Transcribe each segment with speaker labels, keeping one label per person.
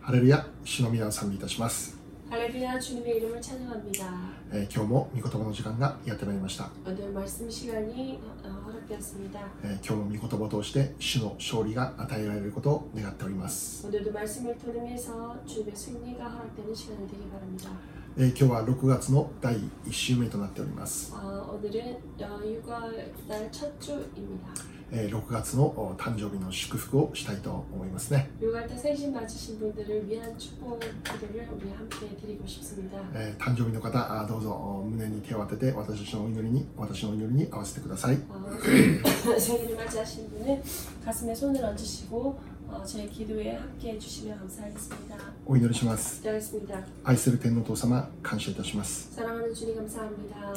Speaker 1: 할렐루야, 시노미와 삼비いたします。
Speaker 2: 할렐루야 주님의 이름을 찬양합니다.
Speaker 1: えー今日も御言葉の時間がやってまいりました。
Speaker 2: 오늘 말씀 시간이 어, 어, 허락되었습니다.
Speaker 1: えー今日も御言葉を通して主の勝利が与えられることを願っております。
Speaker 2: 오늘도 말씀을 통해서 주님의 승리가 허락되는 시간이 되길 바랍니다.
Speaker 1: えー今日は6月の第1週目となっております。
Speaker 2: 어, 오늘은 어, 육아달 첫 주입니다.
Speaker 1: えー6月のお誕生日の祝福をしたいと思いますね。
Speaker 2: 육아달 생신 맞으신 분들을 위한 축복 기도를 우리 함께 드리고 싶습니다.
Speaker 1: えー誕生日の方、あーどうぞお胸に手を当てて私たちのお祈りに、私のお祈りに合わせてください。
Speaker 2: 어, 생일을 맞이하신 분은 가슴에 손을 얹으시고 어, 제 기도에 함께 해주시면 감사하겠습니다.
Speaker 1: お祈りします。
Speaker 2: 기도하겠습니다.
Speaker 1: 愛する天皇父様、感謝いたします。
Speaker 2: 사랑하는 주님 감사합니다.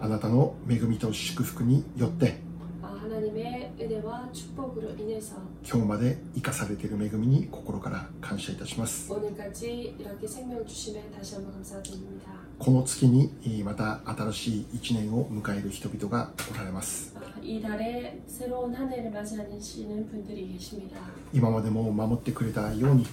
Speaker 1: あなたの恵みと祝福によって、
Speaker 2: 아, 하나님의 은혜와 축복으로 인해서
Speaker 1: 今日まで生かされている恵みに心から感謝いたします。
Speaker 2: 오늘까지 이렇게 생명 주심에 다시 한번 감사드립니다.
Speaker 1: この月にえーまた新しい1年を迎える人々がおられます。
Speaker 2: 아, 이 달에 새로운 한 해를 맞이하시는 분들이 계십니다.
Speaker 1: 今までも守ってくれたように、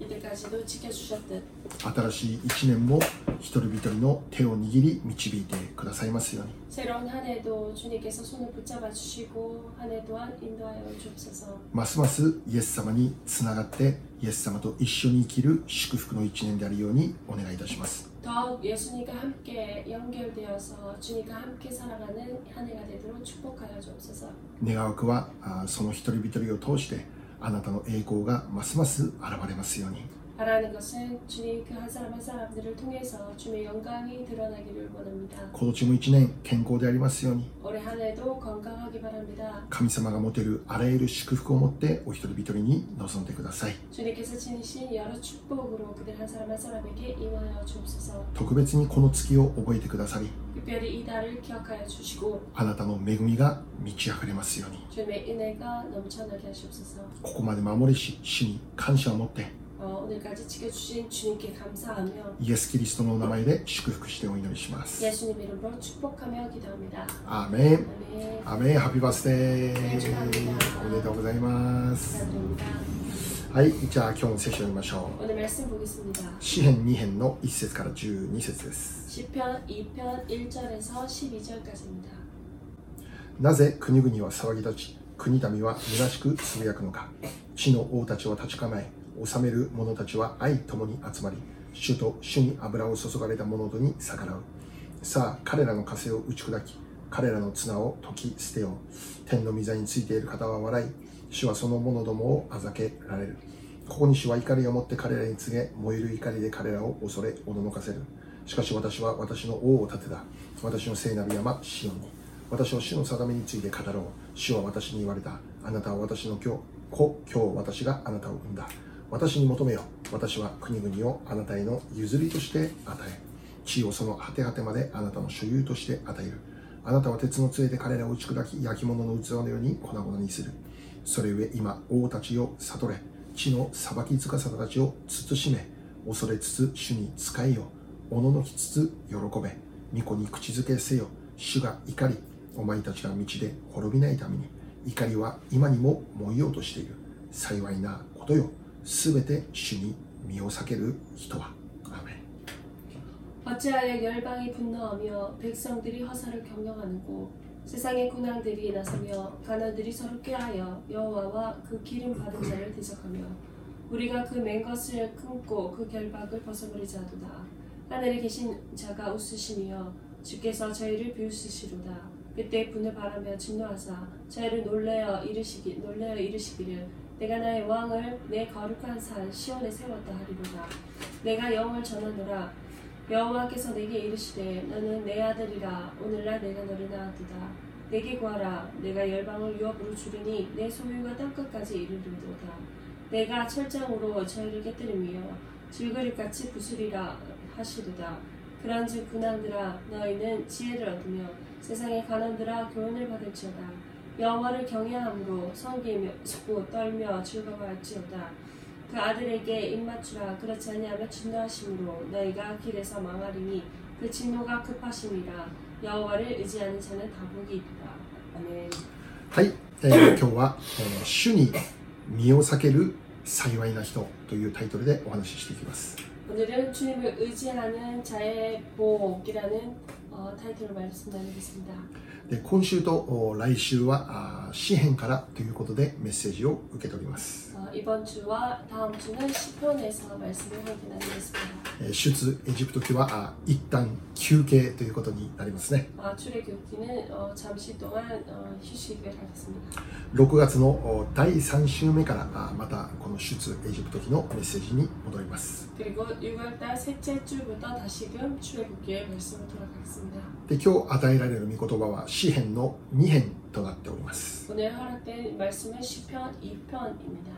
Speaker 2: 이때까지도 지켜주셨듯
Speaker 1: 新しい1年も一人一人の手を握り導いてくださいますように。
Speaker 2: 새로운 한 해도 주님께서 손을 붙잡아 주시고 한 해 또한 인도하여 주옵소서.
Speaker 1: ますますイエス様につながって、イエス様と一緒に生きる祝福の1年であるようにお願いいたします。
Speaker 2: 더욱 예수님과 함께 연결되어서 주님과 함께 살아가는 한 해가 되도록 축복하여 주옵소서.
Speaker 1: 願わくは、あーその一人一人を通して、あなたの栄光がますます現れますように。
Speaker 2: 바라는 것은 주님 그 한 사람 한 사람들을 통해서 주님의 영광이 드러나기를 원합니다.
Speaker 1: 今年も1年健康でありますように
Speaker 2: 올해 한 해도 건강하기 바랍니다.
Speaker 1: 神様が持てるあらゆる祝福を持ってお一人一人に臨んでください
Speaker 2: 주님께서 지니신 여러 축복으로 그들 한 사람 한 사람에게 임하여 주옵소서.
Speaker 1: 特別にこの月を覚えてくださり
Speaker 2: 특별히 이 달을 기억하여 주시고
Speaker 1: あなたの恵みが満ち溢れますように
Speaker 2: 주님의 은혜가 넘쳐나게 하시옵소서.
Speaker 1: ここまで守りし主に感謝を持って
Speaker 2: 어, 오늘까지 지켜주신 주님께 감사하며
Speaker 1: イエス・キリストのお名前で祝福してお祈りします
Speaker 2: 예수님 이름으로 축복하며 기도합니다.
Speaker 1: アーメン
Speaker 2: 아멘.
Speaker 1: アーメンハッピーバースデーおめでとうございますはいじゃあ今日の聖書を読みましょ
Speaker 2: 오늘 말씀 보겠습니다.
Speaker 1: う詩編2編の1節から12節です
Speaker 2: 시편 2편 1절에서 12절까지입니다.
Speaker 1: なぜ国々は騒ぎ立ち、国民は虚しくつぶやくのか。地の王たちは立ち構え、治める者たちは相共に集まり、主と主に油を注がれた者とに逆らう。さあ、彼らの枷を打ち砕き、彼らの綱を解き捨てよう。天の御座についている方は笑い、主はその者どもをあざけられる。ここに主は怒りを持って彼らに告げ、燃える怒りで彼らを恐れ、おどのかせる。しかし私は私の王を立てた。私の聖なる山、シオンに。私は主の定めについて語ろう。主は私に言われた。あなたは私の今日、子、今日私があなたを産んだ。私に求めよ。私は国々をあなたへの譲りとして与え。地をその果て果てまであなたの所有として与える。あなたは鉄の杖で彼らを打ち砕き、焼き物の器のように粉々にする。それゆえ今、王たちを悟れ。地の裁きつかさたちを慎め。恐れつつ主に仕えよ。おののきつつ喜べ。巫女に口づけせよ。主が怒り、お前たちが道で滅びないために、怒りは今にも燃えようとしている。幸いなことよ。すべて主に身を避ける人は。アーメン
Speaker 2: 어찌하여 열방이 분노하며 백성들이 허사를 경영하는고 세상의 군왕들이 나서며 가나들이 서로 꾀하여 여호와와 그 기름 받은 자를 대적하며 우리가 그 맨 것을 끊고 그 결박을 벗어버리자 하도다 하늘에 계신 자가 웃으시며 주께서 저희를 비웃으시로다 그때 분을 바라며 진노하사 저희를 놀래어 이르시기 놀래어 이르시기를 내가 나의 왕을 내 거룩한 산 시온에 세웠다 하리로다 내가 영을 전하노라 여호와께서 내게 이르시되 너는 내 아들이라 오늘날 내가 너를 낳았도다 내게 구하라 내가 열방을 유업으로 주리니 내 소유가 땅끝까지 이르리로다 내가 철장으로 저희를 깨뜨리며 질그릇같이 부수리라 하시도다 그런즉 군왕들아 너희는 지혜를 얻으며 세상의 가난들아 교훈을 받을지어다 여호와를 경외함으로 섬기며 뭐 떨며 즐거워할지어다 그 아들에게 입맞추라 그렇지 아니하면 진노하심으로 너희가 길에서 망하리니 그 진노가 급하심이라 여호와를 의지하는 자는 다복이 있다 아멘
Speaker 1: はい、えー今日は、えー主に身を避ける幸いな人というタイトルでお話ししていきます。
Speaker 2: 오늘은 주님을 의지하는 자의 보복이라는 어, 타이틀로 말씀 나누겠습니다.
Speaker 1: で今週とお来週はあー詩編からということでメッセージを受け取ります。
Speaker 2: 어, 이번 주와 다음 주는 시편에서 말씀을 함께 나누겠습니다.
Speaker 1: えー出エジプト記はあー一旦休憩ということになりますね。
Speaker 2: 아, 출애굽기는 어, 잠시 동안 어, 휴식을 하겠습니다.
Speaker 1: 6月のお第3週目からあーまたこの出エジプト記のメッセージに戻ります。
Speaker 2: 그리고 6월달 셋째 주부터 다시금 출애굽기의 말씀으로 돌아가겠습니다.
Speaker 1: で今日与えられる御言葉は詩編の2編となっております。
Speaker 2: 오늘 허락된 말씀은 시편 2편입니다.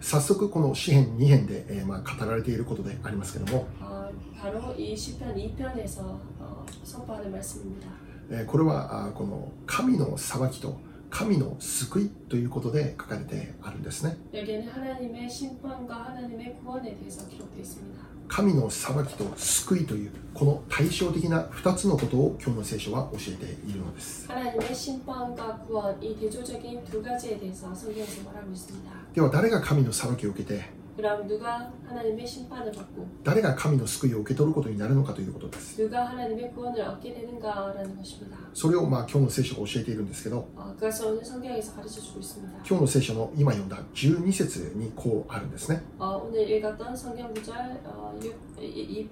Speaker 1: 早速この詩編2編で、えーまあ、語られていることでありますけども、
Speaker 2: 어, 바로 이 시편 2편에서 어, 선포하는 말씀입니다.
Speaker 1: えーこれはあーこの神の裁きと神の救いということで書かれてあるんですね。
Speaker 2: 여기에는 하나님의 심판과 하나님의 구원에 대해서 기록되어 있습니다.
Speaker 1: 神の裁きと救いというこの対照的な2つのことを今日の聖書は教えているのです。
Speaker 2: 하나님의 심판과 구원, 이 대조적인 두 가지에 대해서 성경에서 말하고 있습니다.
Speaker 1: では誰が神の裁きを受けて
Speaker 2: 그럼 누가 하나님의 심판을 받고
Speaker 1: 誰が神の救いを受け取ることになるのかということです。
Speaker 2: 누가 하나님의 구원을 얻게 되는가라는 것입니다.
Speaker 1: それをまあ今日の聖書が教えているんですけど
Speaker 2: 어, 그래서 오늘 성경에서 가르쳐주고 있습니다.
Speaker 1: 今日の聖書の今読んだ12節にこうあるんですね。
Speaker 2: 어, 오늘 읽었던 성경 구절 어, 6,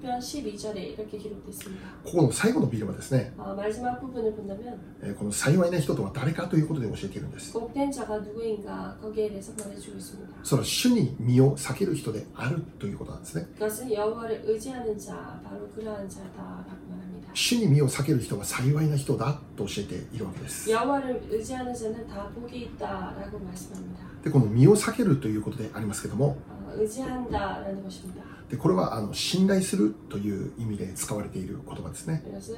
Speaker 2: 2편 12절에 이렇게 기록되어 있습니다.
Speaker 1: ここの最後のビデオはですね、
Speaker 2: 어, 마지막 부분을 본다면
Speaker 1: えーこの幸いな人とは誰かということで教えているんです。
Speaker 2: 복된 자가 누구인가 거기에 대해서 말해주고 있습니다.
Speaker 1: それは主に身を避ける人であるということなんですね。
Speaker 2: 그것은 여호와를 의지하는 자, 바로 그러한 자다라고 말합니다.
Speaker 1: 主に身を避ける人は幸いな人だと教えているわけです。
Speaker 2: 여호와를 의지하는 자는 다 복이 있다라고 말씀합니다.
Speaker 1: でこの身を避けるということでありますけども
Speaker 2: 어, 의지한다라는 것입니다.
Speaker 1: でこれはあの信頼するという意味で使われている言葉ですね
Speaker 2: 이것은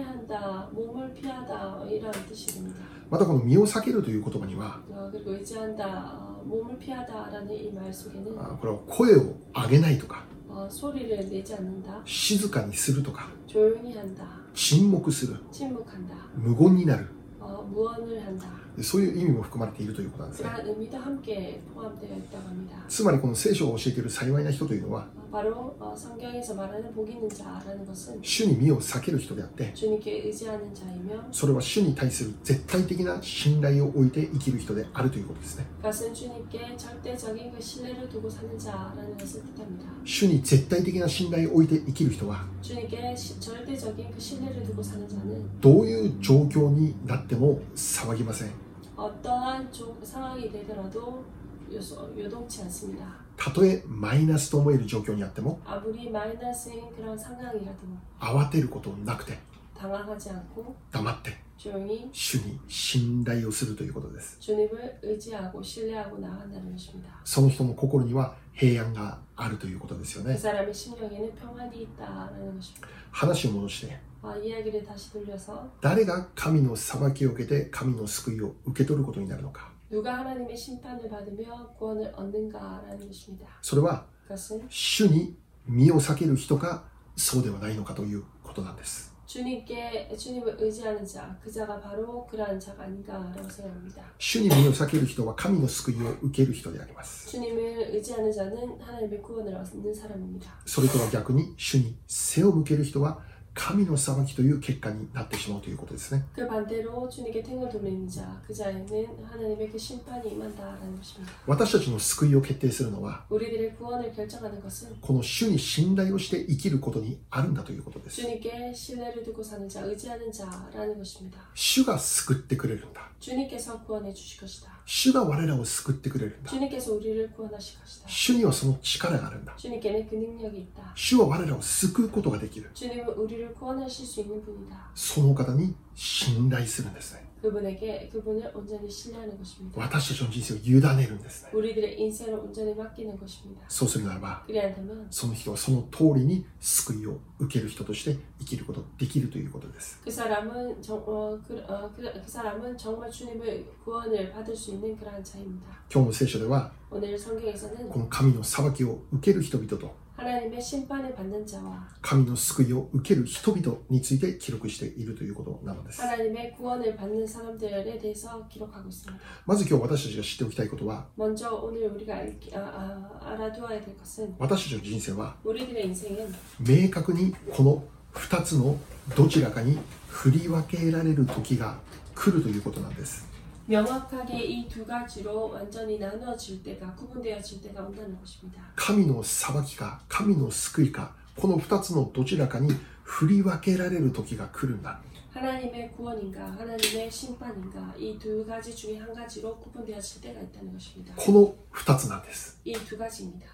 Speaker 2: 신뢰한다, 몸을 피하다 어, 이런 뜻이 됩니다.
Speaker 1: またこの身を避けるという言葉には
Speaker 2: 어, 그리고 의지한다, 어, 몸을 피하다라는 이 말 속에는
Speaker 1: あこれは声を上げないとか
Speaker 2: 어, 소리를 내지 않는다,
Speaker 1: 静かにするとか
Speaker 2: 조용히 한다,
Speaker 1: 沈黙する
Speaker 2: 침묵한다,
Speaker 1: 無言になる
Speaker 2: 어, 무언을 한다.
Speaker 1: でそういう意味も含まれているということなんですね
Speaker 2: 그러한 의미도 함께 포함되어 있다고 합니다.
Speaker 1: つまりこの聖書を教えている幸いな人というのは
Speaker 2: 어, 바로 어, 성경에서 말하는 복 있는 자라는 것은
Speaker 1: 主に身を避ける人であって
Speaker 2: 주님께 의지하는 자이며
Speaker 1: それは主に対する絶対的な信頼を置いて生きる人であるということですね
Speaker 2: 그것은 주님께 절대적인 그 신뢰를 두고 사는 자라는 것을 뜻합니다.
Speaker 1: 主に絶対的な信頼を置いて生きる人は
Speaker 2: 주님께 시- 절대적인 그 신뢰를 두고 사는 자는
Speaker 1: どういう状況になっても騒ぎません
Speaker 2: 어떠한 조- 상황이 되더라도 요소- 요동치 않습니다.
Speaker 1: たとえマイナスと思える状況にあっても
Speaker 2: 아무리 마이너스인 그런 상황이라도
Speaker 1: 慌てることなくて
Speaker 2: 당황하지 않고
Speaker 1: 黙って
Speaker 2: 조용히
Speaker 1: 主に信頼をするということです
Speaker 2: 주님을 의지하고 신뢰하고 나아간다는 것입니다.
Speaker 1: その人の心には平安があるということですよ
Speaker 2: 그
Speaker 1: ね
Speaker 2: 사람의 심령에는 평안이 있다라는 것입니다.
Speaker 1: 話を戻して
Speaker 2: 아, 이야기를 다시 돌려서
Speaker 1: 誰が神の裁きを受けて神の救いを受け取ることになるのか
Speaker 2: 누가 하나님의 심판을 받으며 구원을 얻는가라는 것입니다.
Speaker 1: それは
Speaker 2: 그것은
Speaker 1: 主に身を避ける人かそうではないのかということなんです
Speaker 2: 주님께 주님을 의지하는 자, 그 자가 바로 그러한 자가 아닌가라고 생각합니다.
Speaker 1: 主に身を避ける人は神の救いを受ける人であります
Speaker 2: 주님을 의지하는 자는 하나님의 구원을 얻는 사람입니다.
Speaker 1: それとは逆に主に背を向ける人は神の裁きという結果になってしまうということですね。
Speaker 2: 그 반대로 주님께 탱을 돌리는 자, 그 자에는 하나님의 그 심판이 임한다라는 것입니다.
Speaker 1: 私たちの救いを決定するのは
Speaker 2: 우리들의 구원을 결정하는 것은
Speaker 1: この主に信頼をして生きることにあるんだということです。
Speaker 2: 주님께 신뢰를 두고 사는 자, 의지하는 자라는 것입니다.
Speaker 1: 主が救ってくれるんだ。
Speaker 2: 주님께서 구원해 주실 것이다.
Speaker 1: 主が我らを救ってくれるんだ。
Speaker 2: 주님께서 우리를 구원하실 것이다.
Speaker 1: 主にはその力があるんだ。
Speaker 2: 주님께는 그 능력이 있다.
Speaker 1: 主は我らを救うことができる。
Speaker 2: 주님은 우리를 구원하실 수 있는 분이다.
Speaker 1: そのお方に信頼するんですね。
Speaker 2: 그분에게 그분을 온전히 신뢰하는 것입니다.
Speaker 1: 私たちの人生を委ねるんですね。
Speaker 2: 우리들의 인생을 온전히 맡기는 것입니다.
Speaker 1: そうするならば、
Speaker 2: 그리한다면
Speaker 1: その人はその通りに救いを受ける人として生きることができるということです。
Speaker 2: 그 사람은 정, 어, 그, 어, 그, 그 사람은 정말 주님의 구원을 받을 수 있는 그러한 자입니다.
Speaker 1: 今日の聖書では
Speaker 2: 오늘 성경에서는
Speaker 1: この神の裁きを受ける人々と
Speaker 2: 하나님의 심판을 받는 자와
Speaker 1: 神の救いを受ける人々について記録しているということなのです
Speaker 2: 하나님의 구원을 받는 사람들에 대해서 기록하고 있습니다.
Speaker 1: まず今日私たちが知っておきたいことは
Speaker 2: 먼저 오늘 우리가 알, 아, 아, 알아두어야 될 것은
Speaker 1: 私たちの人生は
Speaker 2: 우리들의 인생은
Speaker 1: 明確にこの2つのどちらかに振り分けられる時が来るということなんです
Speaker 2: 명확하게 이 두 가지로 완전히 나누어질 때가 구분되어질 때가 온다는 것입니다.
Speaker 1: 神の裁きか神の救いかこの2つのどちらかに振り分けられる時が来るんだ
Speaker 2: 하나님의 구원인가 하나님의 심판인가 이 두 가지 중에 한 가지로 구분되어질 때가 있다는 것입니다.
Speaker 1: この2つなんです
Speaker 2: 이 두 가지입니다.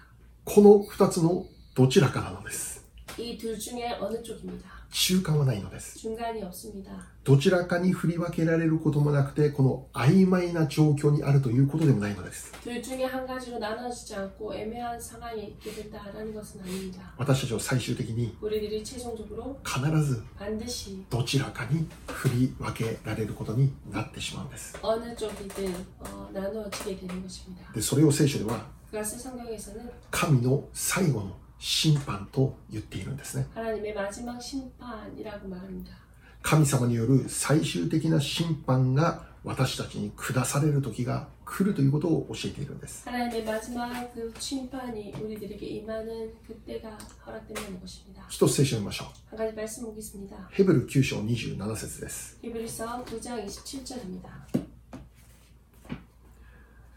Speaker 1: この2つのどちらかなのです
Speaker 2: 이 둘 중에 어느 쪽입니다.
Speaker 1: 中間はないのです
Speaker 2: 중간이 없습니다.
Speaker 1: どちらかに振り分けられることもなくてこの曖昧な状況にあるということでもないのです
Speaker 2: 둘 중에 한 가지로 나눠지지 않고 애매한 상황에 있게 된다라는 것은 아닙니다.
Speaker 1: 私たちは最終的に
Speaker 2: 우리들이 최종적으로
Speaker 1: 必ず
Speaker 2: 반드시
Speaker 1: どちらかに振り分けられることになってしまうんです
Speaker 2: 어느 쪽이든 어, 나누어지게 되는 것입니다.
Speaker 1: でそれを聖書では
Speaker 2: 그것을 성경에서는
Speaker 1: 神の最後の審判と言っているんですね
Speaker 2: 하나님의 마지막 심판이라고 말합니다.
Speaker 1: 神様による最終的な審判が私たちに下される時が来るということを教えているんです
Speaker 2: 하나님의 마지막 그 심판이 우리들에게 임하는 그때가 허락된다는 것입니다.
Speaker 1: 一つ聖書を見ましょう
Speaker 2: 한 가지 말씀 보겠습니다.
Speaker 1: ヘブル9章27節です、
Speaker 2: 히브리서 9장 27절입니다.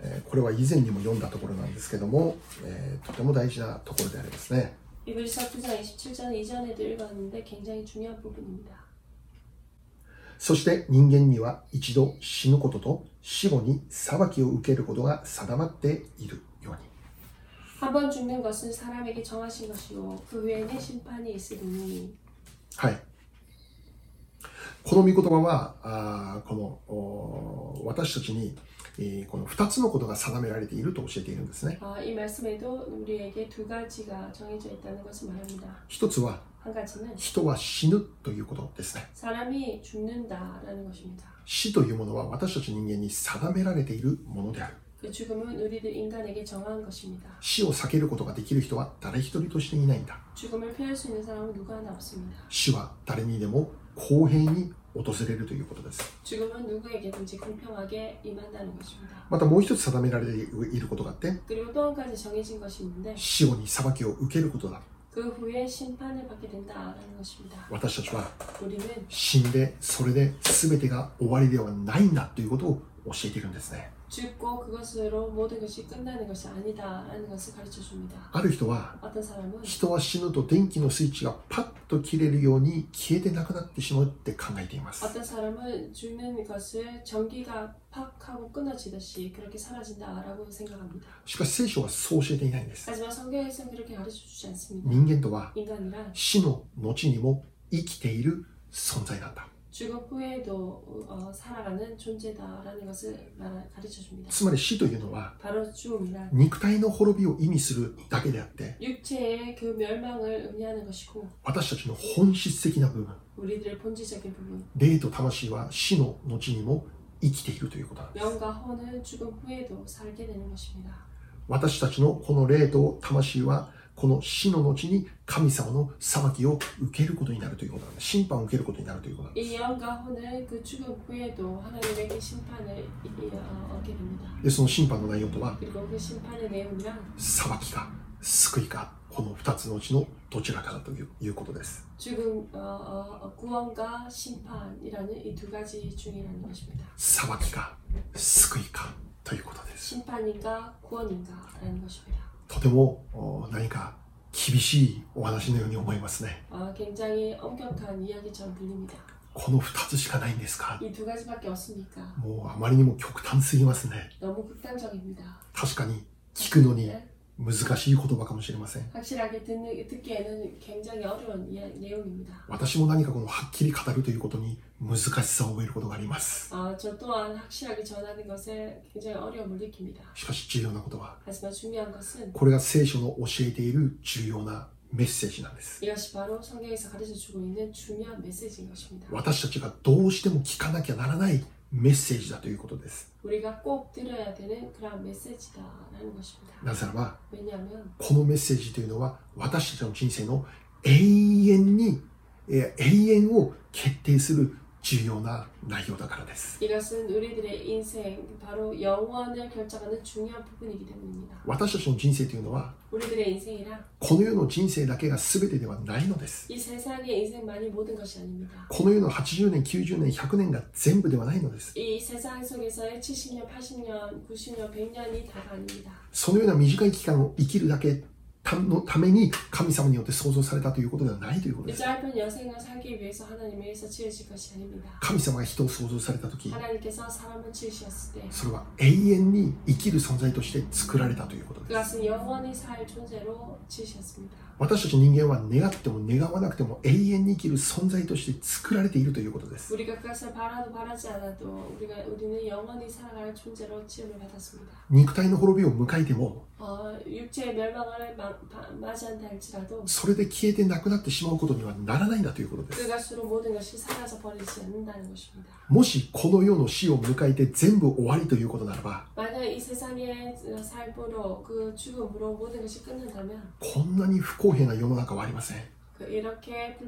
Speaker 1: えーこれは以前にも読んだところなんですけども、えーとても大事なところでありますね
Speaker 2: 히브리서 9장 27절은 이전에도 읽었는데 굉장히 중요한 부분입니다.
Speaker 1: そして人間には一度死ぬことと死後に裁きを受けることが定まっているように
Speaker 2: 한 번 죽는 것은 사람에게 정하신 것이요 그 후에는 심판이 있으리니
Speaker 1: はい。この御言葉は、あーこのおー私たちに、えーこの2つのことが定められていると教えているんですね。
Speaker 2: 아, 이 말씀에도 우리에게 두 가지가 정해져 있다는 것을 말합니다.
Speaker 1: 一つは、
Speaker 2: 한 가지는
Speaker 1: 人は死ぬということですね。
Speaker 2: 사람이 죽는다라는 것입니다.
Speaker 1: 死というものは私たち人間に定められているものである。
Speaker 2: 그 죽음은 우리들 인간에게 정한 것입니다.
Speaker 1: 死を避けることができる人は誰一人としていないんだ。
Speaker 2: 죽음을 피할 수 있는 사람은 누구 하나 없습니다.
Speaker 1: 死は誰にでも公平に訪れるということです。
Speaker 2: 죽음은 누구에게든지 공평하게 임한다는 것입니다.
Speaker 1: またもう一つ定められていることがあって、
Speaker 2: 그리고 또 한 가지 정해진 것이 있는데
Speaker 1: 死後に裁きを受けることだ。
Speaker 2: 그 후에 심판을 받게 된다라는 것입니다.
Speaker 1: 私たちは
Speaker 2: 우리는
Speaker 1: 死んでそれで全てが終わりではないんだということを教えているんですね
Speaker 2: 죽고 그것으로 모든 것이 끝나는 것이 아니다라는 것을 가르쳐 줍니다.
Speaker 1: ある人は
Speaker 2: 어떤 사람은
Speaker 1: 人は死ぬと電気のスイッチがパッと切れるように消えてなくなってしまうって考えています
Speaker 2: 어떤 사람은 죽는 것을 전기가 팍 하고 끊어지듯이 그렇게 사라진다라고 생각합니다.
Speaker 1: しかし聖書はそう教えていないんです
Speaker 2: 하지만 성경에서는 그렇게 가르쳐 주지 않습니다.
Speaker 1: 人間とは
Speaker 2: 인간이란
Speaker 1: 死の後にも生きている存在なんだ
Speaker 2: 죽음 후에도 어, 살아가는 존재다라는 것을 말- 가르쳐 줍니다.
Speaker 1: つまり死というのは
Speaker 2: 바로 죽음이란
Speaker 1: 肉体の滅びを意味するだけであって
Speaker 2: 육체의 그 멸망을 의미하는 것이고
Speaker 1: 私たちの本質的な部分
Speaker 2: 우리들의 본질적인 부분
Speaker 1: 霊と魂は死の後にも生きているということなんです
Speaker 2: 영과 혼은 죽음 후에도 살게 되는 것입니다.
Speaker 1: 私たちのこの霊と魂はこの死の後に神様の裁きを受けることになるということなんです審判を受けることになるということなんで
Speaker 2: 이 영과 혼은 그 죽음 후에도 하나님에게 심판을 이- 어, 얻게 됩니다.
Speaker 1: すでその審判の内容とは
Speaker 2: 그리고 그 심판의 내용이란
Speaker 1: 裁きか救いかこの2つのうちのどちらかだといういうことです
Speaker 2: 죽음 어, 어, 어, 구원과 심판이라는 이 두 가지 중이라는 것입니다.
Speaker 1: 裁きか救いかということです
Speaker 2: 심판인가 구원인가라는 것입니다.
Speaker 1: とてもお何か厳しいお話のように思いますね
Speaker 2: 아, 굉장히 엄격한 이야기처럼 들립니다.
Speaker 1: この2つしかないんですか
Speaker 2: 이 두 가지밖에 없습니까?
Speaker 1: もうあまりにも極端すぎますね
Speaker 2: 너무 극단적입니다.
Speaker 1: 確かに聞くのに
Speaker 2: 네.
Speaker 1: 難しい言葉かもしれません
Speaker 2: 확실하게 듣는, 듣기에는 굉장히 어려운 이야- 내용입니다.
Speaker 1: 私も何かこのはっきり語るということに難しさを覚えることがあります。
Speaker 2: 아, 저 또한 확실하게 전하는 것에 굉장히 어려움을 느낍니다.
Speaker 1: しかし重要なことは、
Speaker 2: 하지만 중요한 것은
Speaker 1: これが聖書の教えている重要なメッセージなんです。
Speaker 2: 이것이 바로 성경에서 가르쳐 주고 있는 중요한 메시지인 것입니다.
Speaker 1: 私たちがどうしても聞かなきゃならないメッセージだということです。
Speaker 2: 우리가 꼭 들어야 되는 그런 메시지다라는 것입니다.
Speaker 1: なぜならば、
Speaker 2: 왜냐하면
Speaker 1: このメッセージというのは私たちの人生の永遠に、えー永遠を決定する重要な内容だからです。
Speaker 2: 이것은 우리들의 인생 바로 영원을 결정하는 중요한 부분이기 때문입니다.
Speaker 1: 私たちの人生というのは
Speaker 2: 우리들의 인생이란
Speaker 1: この世の人生だけが全てではないのです。
Speaker 2: 이 세상의 인생만이 모든 것이 아닙니다.
Speaker 1: この世の80年、90年、100年が全部ではないのです。
Speaker 2: 이 세상 속에서의 70년, 80년, 90년, 100년이 다가 아닙니다.
Speaker 1: そのような短い期間を生きるだけたのために神様によって創造されたということではないということ
Speaker 2: 이
Speaker 1: です。
Speaker 2: 짧은 여생을 살기 위해서 하나님께서 지으신 것이 아닙니다.
Speaker 1: 神様が人を創造された時
Speaker 2: 하나님께서 사람을 지으셨을 때
Speaker 1: それは永遠に生きる存在として作られたということです。
Speaker 2: 그것은 영원히 살 존재로 지으셨습니다.
Speaker 1: 私たち人間は願っても願わなくても永遠に生きる存在として作られているということです。
Speaker 2: 우리가 그것을 바라도 바라지 않아도 우리가 우리는 영원히 살아갈 존재로 지음을 받았습니다.
Speaker 1: 肉体の滅びを迎えても、
Speaker 2: 어, 육체의 멸망을 마, 바, 맞이한다 할지라도
Speaker 1: それで消えてなくなってしまうことにはならないんだということです。
Speaker 2: 그것으로 모든 것이 사라져 버리지 않는다는 것입니다.
Speaker 1: もしこの世の死を迎えて全部終わりということならば、
Speaker 2: 만약 이 세상의 삶으로 그 죽음으로 모든 것이 끝난다면
Speaker 1: こんなに不公平な世の中はありません。
Speaker 2: 그 이렇게 불,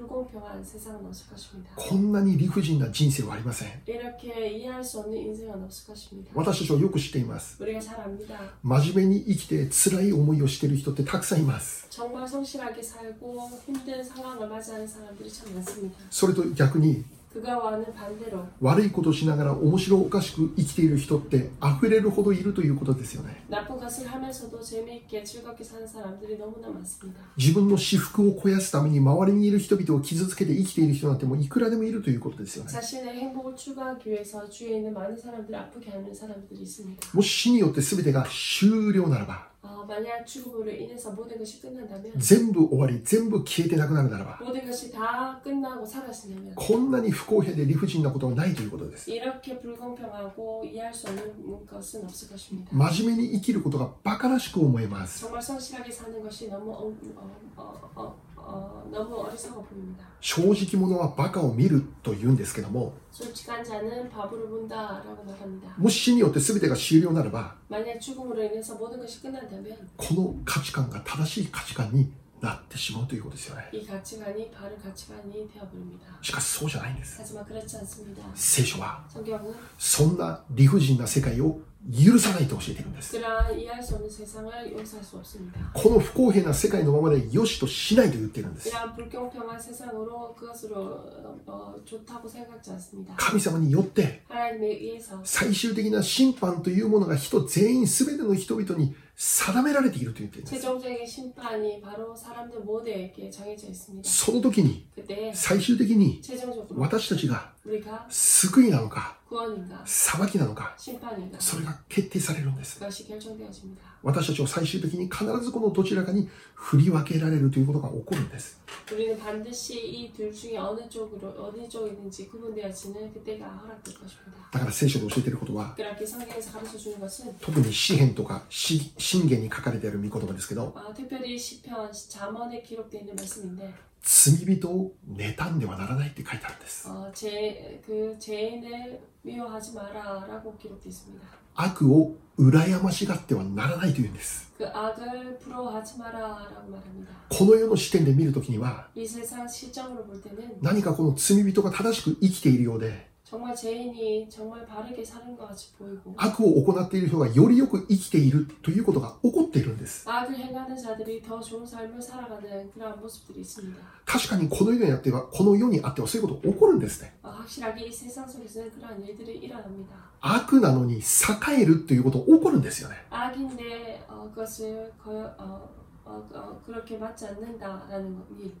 Speaker 2: 불공평한 세상은 없을 것입니다.
Speaker 1: こんなに理不尽な人生はありません。
Speaker 2: 이렇게 이해할 수 없는 인생은 없을 것입니다.
Speaker 1: 私たちはよく知っています。
Speaker 2: 우리가 잘 압니다.
Speaker 1: 真面目に生きて辛い思いをしている人ってたくさんいます。
Speaker 2: 정말 성실하게 살고 힘든 상황을 맞이하는 사람들이 참 많습니다.
Speaker 1: それと逆に
Speaker 2: 그거와는 반대로
Speaker 1: 悪いことをしながら面白おかしく生きている人って溢れるほどいるということですよね。
Speaker 2: 나쁜 것을 하면서도 재미있게 즐겁게 사는 사람들이 너무나 많습니다.
Speaker 1: 自分の私服を肥やすために周りにいる人々を傷つけて生きている人なんてもういくらでもいるということですよね。
Speaker 2: 자신의 행복을 추구하기 위해서 주위에 있는 많은 사람들을 아프게 하는 사람들이 있습니다.
Speaker 1: もし死によって全てが終了ならば、
Speaker 2: 어, 만약 죽음으로 인해서 모든 것이 끝난다면
Speaker 1: 全部終わり、全部消えてなくなるならば、
Speaker 2: 모든 것이 다 끝나고 사라진다면
Speaker 1: こんなに不公平で理不尽なことはないということです。
Speaker 2: 이렇게 불공평하고 이해할 수 없는 것은 없을 것입니다.
Speaker 1: 真面目に生きることが馬鹿らしく思えます。
Speaker 2: 정말 성실하게 사는 것이 너무 어, 어, 어, 어, 어, 너무 어리석어 보입니다.
Speaker 1: 正直者は馬鹿を見ると言うんですけども、
Speaker 2: 솔직한 자는 바보를 본다라고 말합니다.
Speaker 1: もし死によって全てが終了ならば、
Speaker 2: 만약 죽음으로 인해서 모든 것이 끝난다면
Speaker 1: この価値観が正しい価値観になってしまうということですよね。
Speaker 2: 이 가치관이 바른 가치관이 되어버립니다.
Speaker 1: しかしそうじゃないんです。
Speaker 2: 하지만 그렇지 않습니다.
Speaker 1: 聖書は
Speaker 2: 성경은
Speaker 1: そんな理不尽な世界を許さないと教えているんです。
Speaker 2: 그러한 이해할 수 없는 세상을 용서할 수 없습니다.
Speaker 1: この不公平な世界のままで良しとしないと言っているんです。
Speaker 2: 이러한 불공평한 세상으로 그것으로 어, 어, 좋다고 생각지 않습니다.
Speaker 1: 神様によって
Speaker 2: 하나님에 의해서
Speaker 1: 最終的な審判というものが人全員全ての人々に定められていると言っているんです。
Speaker 2: 최종적인 심판이 바로 사람들 모두에게 정해져 있습니다.
Speaker 1: その時に
Speaker 2: 그때
Speaker 1: 最終的に
Speaker 2: 최종적으로
Speaker 1: 私たちが
Speaker 2: 우리가
Speaker 1: 救いなのか
Speaker 2: 구원인가
Speaker 1: 裁きなのか
Speaker 2: 심판인가
Speaker 1: それが決定されるんです。
Speaker 2: 그것이 결정되어집니다.
Speaker 1: 私たちは最終的に必ずこのどちらかに振り分けられるということが起こるんです。
Speaker 2: 우리는 반드시 이 둘 중에 어느 쪽으로 어느 쪽이든지 구분되어지는 그때가 허락될 것입니다.
Speaker 1: だから聖書で教えていることは
Speaker 2: 그렇게 성경에서 가르쳐 주는 것은
Speaker 1: 特に詩篇とか詩信玄に書かれてある御言葉ですけど
Speaker 2: 아, 특별히 시편 잠언에 기록되어 있는 말씀인데
Speaker 1: 罪人を妬んではならないって書いてあるんです。
Speaker 2: 어, 제, 그 죄인을 미워하지 마라라고 기록되어 있습니다.
Speaker 1: 悪を羨ましがってはならないというんです。
Speaker 2: 그 악을 부러워하지 마라라고 말합니다.
Speaker 1: この世の視点で見るときには
Speaker 2: 이 세상 시점으로 볼 때는
Speaker 1: 何かこの罪人が正しく生きているようで
Speaker 2: 정말 죄인이 정말 바르게 사는 것 같이 보이고
Speaker 1: 悪を行っている人がよりよく生きているということが起こっているんです。
Speaker 2: 악을 행하는 자들이 더 좋은 삶을 살아가는 그런 모습들이 있습니다.
Speaker 1: 確かにこの世にあっては、この世にあってはそういうこと起こるんですね。
Speaker 2: 어, 확실하게 이 세상 속에서는 그런 일들이 일어납니다.
Speaker 1: 悪なのに栄えるということ起こるんですよね。
Speaker 2: 악인데 어, 그것을 거여, 어, 어, 어, 그렇게 맞지 않는다라는 것, 일.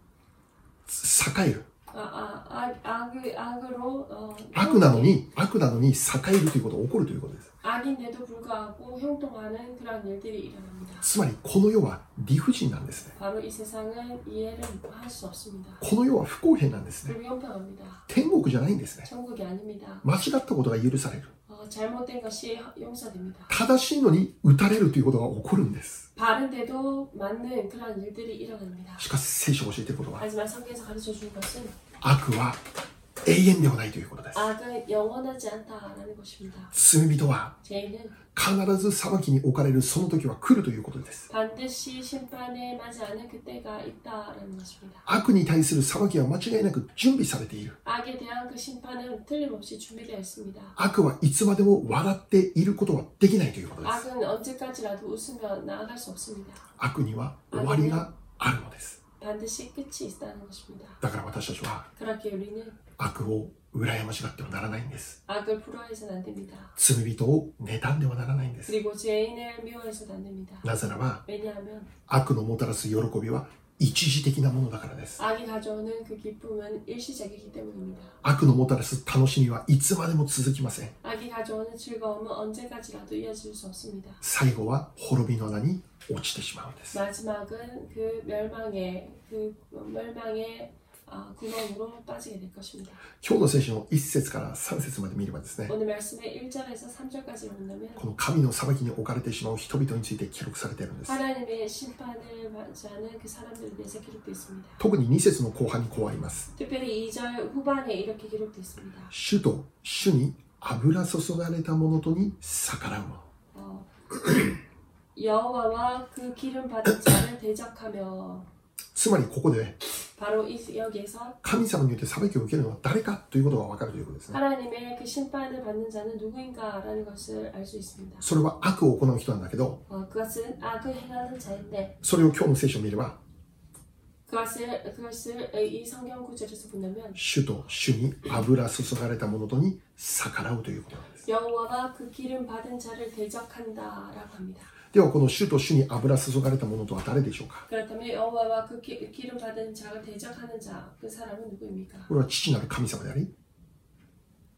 Speaker 1: 栄える。
Speaker 2: 아, 아, 악, 악을, 악으로 어,
Speaker 1: 悪なのに、悪なのに栄えるということが起こるということです。
Speaker 2: 악인데도 불구하고 행동하는 그런 일들이 일어납니다.
Speaker 1: つまりこの世は理不尽なんですね。
Speaker 2: 바로 이 세상은 이해를 할 수 없습니다.
Speaker 1: この世は不公平なんですね。
Speaker 2: 불공평합니다.
Speaker 1: 天国じゃないんですね。
Speaker 2: 천국이 아닙니다.
Speaker 1: 間違ったことが許される。
Speaker 2: 어, 잘못된 것이 용서됩니다.
Speaker 1: 正しいのに打たれるということが起こるんです。
Speaker 2: 바른데도 맞는 그런 일들이 일어납니다.
Speaker 1: しかし聖書が教えていることは、
Speaker 2: 하지만 성경에서 가르쳐 주는 것은
Speaker 1: 悪は永遠ではないということです
Speaker 2: 악은 영원하지 않다라는 것입니다.
Speaker 1: 罪人は
Speaker 2: 죄인은
Speaker 1: 必ず裁きに置かれるその時は来るということです
Speaker 2: 반드시 심판에 맞지 않을 그때가 있다라는 것입니다.
Speaker 1: 悪に対する裁きは間違いなく準備されている
Speaker 2: 악에 대한 그 심판은 틀림없이 준비되어 있습니다.
Speaker 1: 悪はいつまでも笑っていることはできないということです
Speaker 2: 악은 언제까지라도 웃으며 나아갈 수 없습니다.
Speaker 1: 悪には終わりがあるのです
Speaker 2: 반드시 끝이 있다는 것입니다.
Speaker 1: だから私たちは
Speaker 2: 그렇게 우리는
Speaker 1: 悪を羨ましがってはならないんです
Speaker 2: 악을 부러워해서는 안 됩니다.
Speaker 1: 罪人を妬んではならないんです
Speaker 2: 그리고 죄인을 미워해서는 안 됩니다.
Speaker 1: なぜならば
Speaker 2: 왜냐하면
Speaker 1: 悪のもたらす喜びは一時的なものだからです
Speaker 2: 악이 가져오는 그 기쁨은 일시적이기 때문입니다.
Speaker 1: 悪のもたらす楽しみはいつまでも続きません
Speaker 2: 악이 가져오는 즐거움은 언제까지라도 이어질 수 없습니다.
Speaker 1: 最後は滅びの穴に落ちてしまうんです
Speaker 2: 마지막은 그 멸망의 그 멸망의 아, 구멍으로 빠지게 될 것입니다.
Speaker 1: 今日の聖書の1節から3節まで見ればですね
Speaker 2: 오늘 말씀의 1절에서 3절까지를 본다면
Speaker 1: この神の裁きに置かれてしまう人々について記録されているんです
Speaker 2: 하나님의 심판을 맞이하는 그 사람들에 대해서 기록되어 있습니다.
Speaker 1: 特に2節の後半にこうあります
Speaker 2: 특별히 2절 후반에 이렇게 기록되어 있습니다.
Speaker 1: 主と主に油注がれたものとに逆らうもの
Speaker 2: 어, 여호와와 그 기름 받은 자를 대적하며
Speaker 1: つまりここで
Speaker 2: 바로 이 여기에서
Speaker 1: 神様によって裁きを受けるのは誰かということが分かるということですね
Speaker 2: 하나님의 그 심판을 받는 자는 누구인가라는 것을 알 수 있습니다.
Speaker 1: それは悪を行う人なんだけど
Speaker 2: 어, 그것은 악을 행하는 자인데
Speaker 1: それを今日の聖書を見れば
Speaker 2: 그것을 그것을 이 성경 구절에서 본다면
Speaker 1: 主と主に油注がれたものとに逆らうということなんです
Speaker 2: 여호와가 그 기름 받은 자를 대적한다라고 합니다.
Speaker 1: ではこの主と主に油注がれたものとは誰でしょうか
Speaker 2: 그렇다면 여호와와 그 기, 기름 받은 자를 대적하는 자 그 사람은 누구입니까?
Speaker 1: これは父なる神様であり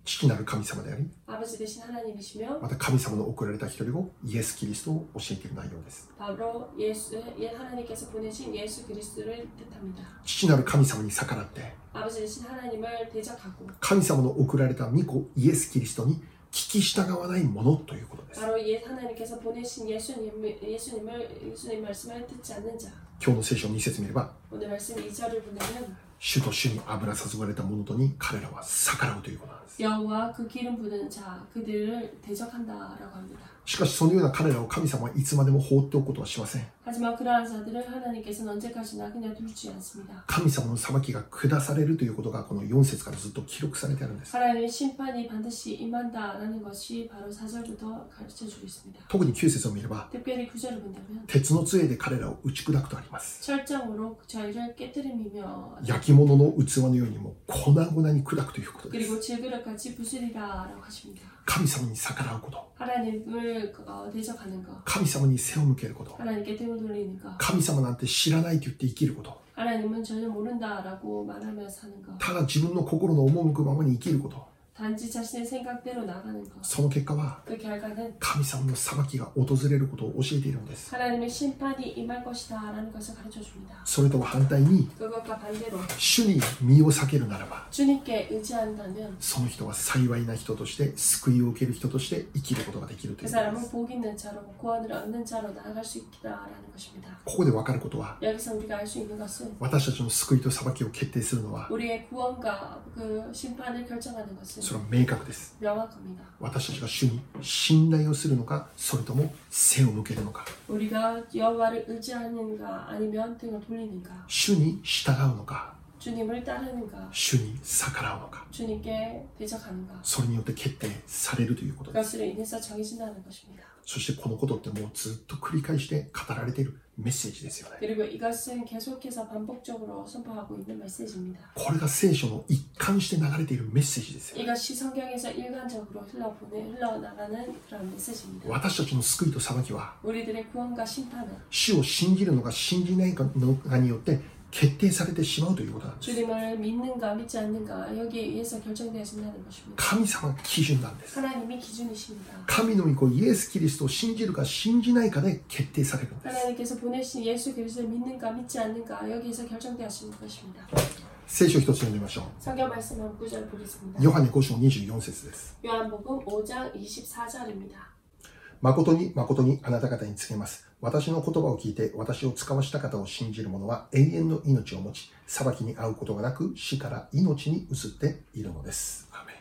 Speaker 1: 父なる神様であり
Speaker 2: 아버지 대신 하나님이시며
Speaker 1: また神様の送られた一人をイエス・キリストを教えている内容です
Speaker 2: 바로 예수 예 하나님께서 보내신 예수 그리스도를 뜻합니다.
Speaker 1: 父なる神様に逆らって
Speaker 2: 아버지 대신 하나님을 대적하고
Speaker 1: 神様の送られた御子イエス・キリストに聞き従わないものということです
Speaker 2: 바로 예 하나님께서 보내신 예수님 예수님을 예수님 말씀을 듣지 않는 자.
Speaker 1: 今日の聖書の2節見れば
Speaker 2: 오늘 말씀 2절을 보면
Speaker 1: 主と主に油注がれたものとに彼らは逆らうということなんです
Speaker 2: 여호와 그 기름 부는 자 그들을 대적한다라고 합니다.
Speaker 1: しかしそのような彼らを神様はいつまでも放っておくことはしません
Speaker 2: 하지만 그러한 자들을 하나님께서는 언제까지나 그냥 둘지 않습니다.
Speaker 1: 神様の裁きが下されるということがこの4節からずっと記録されてあるんです
Speaker 2: 하나님의 심판이 반드시 임한다라는 것이 바로 4절부터 가르쳐 주고 있습니다.
Speaker 1: 特に9節を見れば
Speaker 2: 특별히 9절을 본다면
Speaker 1: 鉄の杖で彼らを打ち砕くとあります
Speaker 2: 철장으로 그 저희를 깨뜨림이며
Speaker 1: 焼き物の器のようにも粉々に砕くということです
Speaker 2: 그리고 질그릇같이 부수리라라고 하십니다.
Speaker 1: 神様に逆らうこと
Speaker 2: 하나님을 어, 대적하는 것,
Speaker 1: 神様に背を向けること、
Speaker 2: 하나님께 등을 돌리는 것,
Speaker 1: 神様なんて知らないと言って生きること、
Speaker 2: 하나님은 전혀 모른다라고 말하며 사는 것,
Speaker 1: ただ自分の心の赴くままに生きること、
Speaker 2: 단지 자신의 생각대로 나가는 것.
Speaker 1: その結果は
Speaker 2: 그 결과는
Speaker 1: 神様の裁きが訪れることを教えているんです。
Speaker 2: 하나님의 심판이 임할 것이다라는 것을 가르쳐 줍니다.
Speaker 1: それとは反対に、
Speaker 2: 그것과 반대로
Speaker 1: 主に身を避けるならば、
Speaker 2: 주님께 의지한다면
Speaker 1: その人は幸いな人として、救いを受ける人として生きることができるとい
Speaker 2: 그
Speaker 1: うことで
Speaker 2: 사람은
Speaker 1: す。
Speaker 2: 복 있는 자로 구원을 얻는 자로 나아갈 수 있다라는 것입니다.
Speaker 1: ここで分かることは、
Speaker 2: 여기서 우리가 알 수 있는 것은
Speaker 1: 私たちの救いと裁きを決定するのは、
Speaker 2: 우리의 구원과 그 심판을 결정하는 것은
Speaker 1: それは明確です。
Speaker 2: 명확합니다.
Speaker 1: 私たちが主に信頼をするのか、それとも背を向けるのか、
Speaker 2: 우리가 여호와를 의지하는가 아니면 등을 돌리는가,
Speaker 1: 主に従うのか、
Speaker 2: 주님을 따르는가,
Speaker 1: 主に逆らうのか
Speaker 2: 주님께 대적하는가.
Speaker 1: それによって決定されるということです
Speaker 2: 그것으로 인해서 정해진다는 것입니다.
Speaker 1: そしてこのことってもうずっと繰り返して語られているメッセージですよね
Speaker 2: 그리고 이것은 계속해서 반복적으로 선포하고 있는 메시지입니다.
Speaker 1: これが聖書の一貫して流れているメッセージですよ
Speaker 2: 이것이 성경에서 일관적으로 흘러보내 흘러나가는 그런 메시지입니다.
Speaker 1: 私たちの救いと裁きは
Speaker 2: 우리들의 구원과 심판은
Speaker 1: 主を信じるのか信じないのかによって決定されてしまうということなんです
Speaker 2: 주님을 믿는가 믿지 않는가 여기에 의해서 결정되어진다는 것입니다.
Speaker 1: 神様が基準なんです
Speaker 2: 하나님이 기준이십니다.
Speaker 1: 神の御子イエス・キリストを信じるか信じないかで決定されるんです
Speaker 2: 하나님께서 보내신 예수 그리스도를 믿는가 믿지 않는가 여기에서 결정되어지는 것입니다.
Speaker 1: 聖書一つ読んでみましょ
Speaker 2: 성경 말씀 한 구절
Speaker 1: うヨ
Speaker 2: 보겠습니다.
Speaker 1: ハネ5章24節です
Speaker 2: 요한복음 5장 24절입니다.
Speaker 1: 誠に誠にあなた方に告げます。私の言葉を聞いて私を使わした方を信じる者は永遠の命を持ち裁きに遭うことがなく死から命に移っているのです。アーメ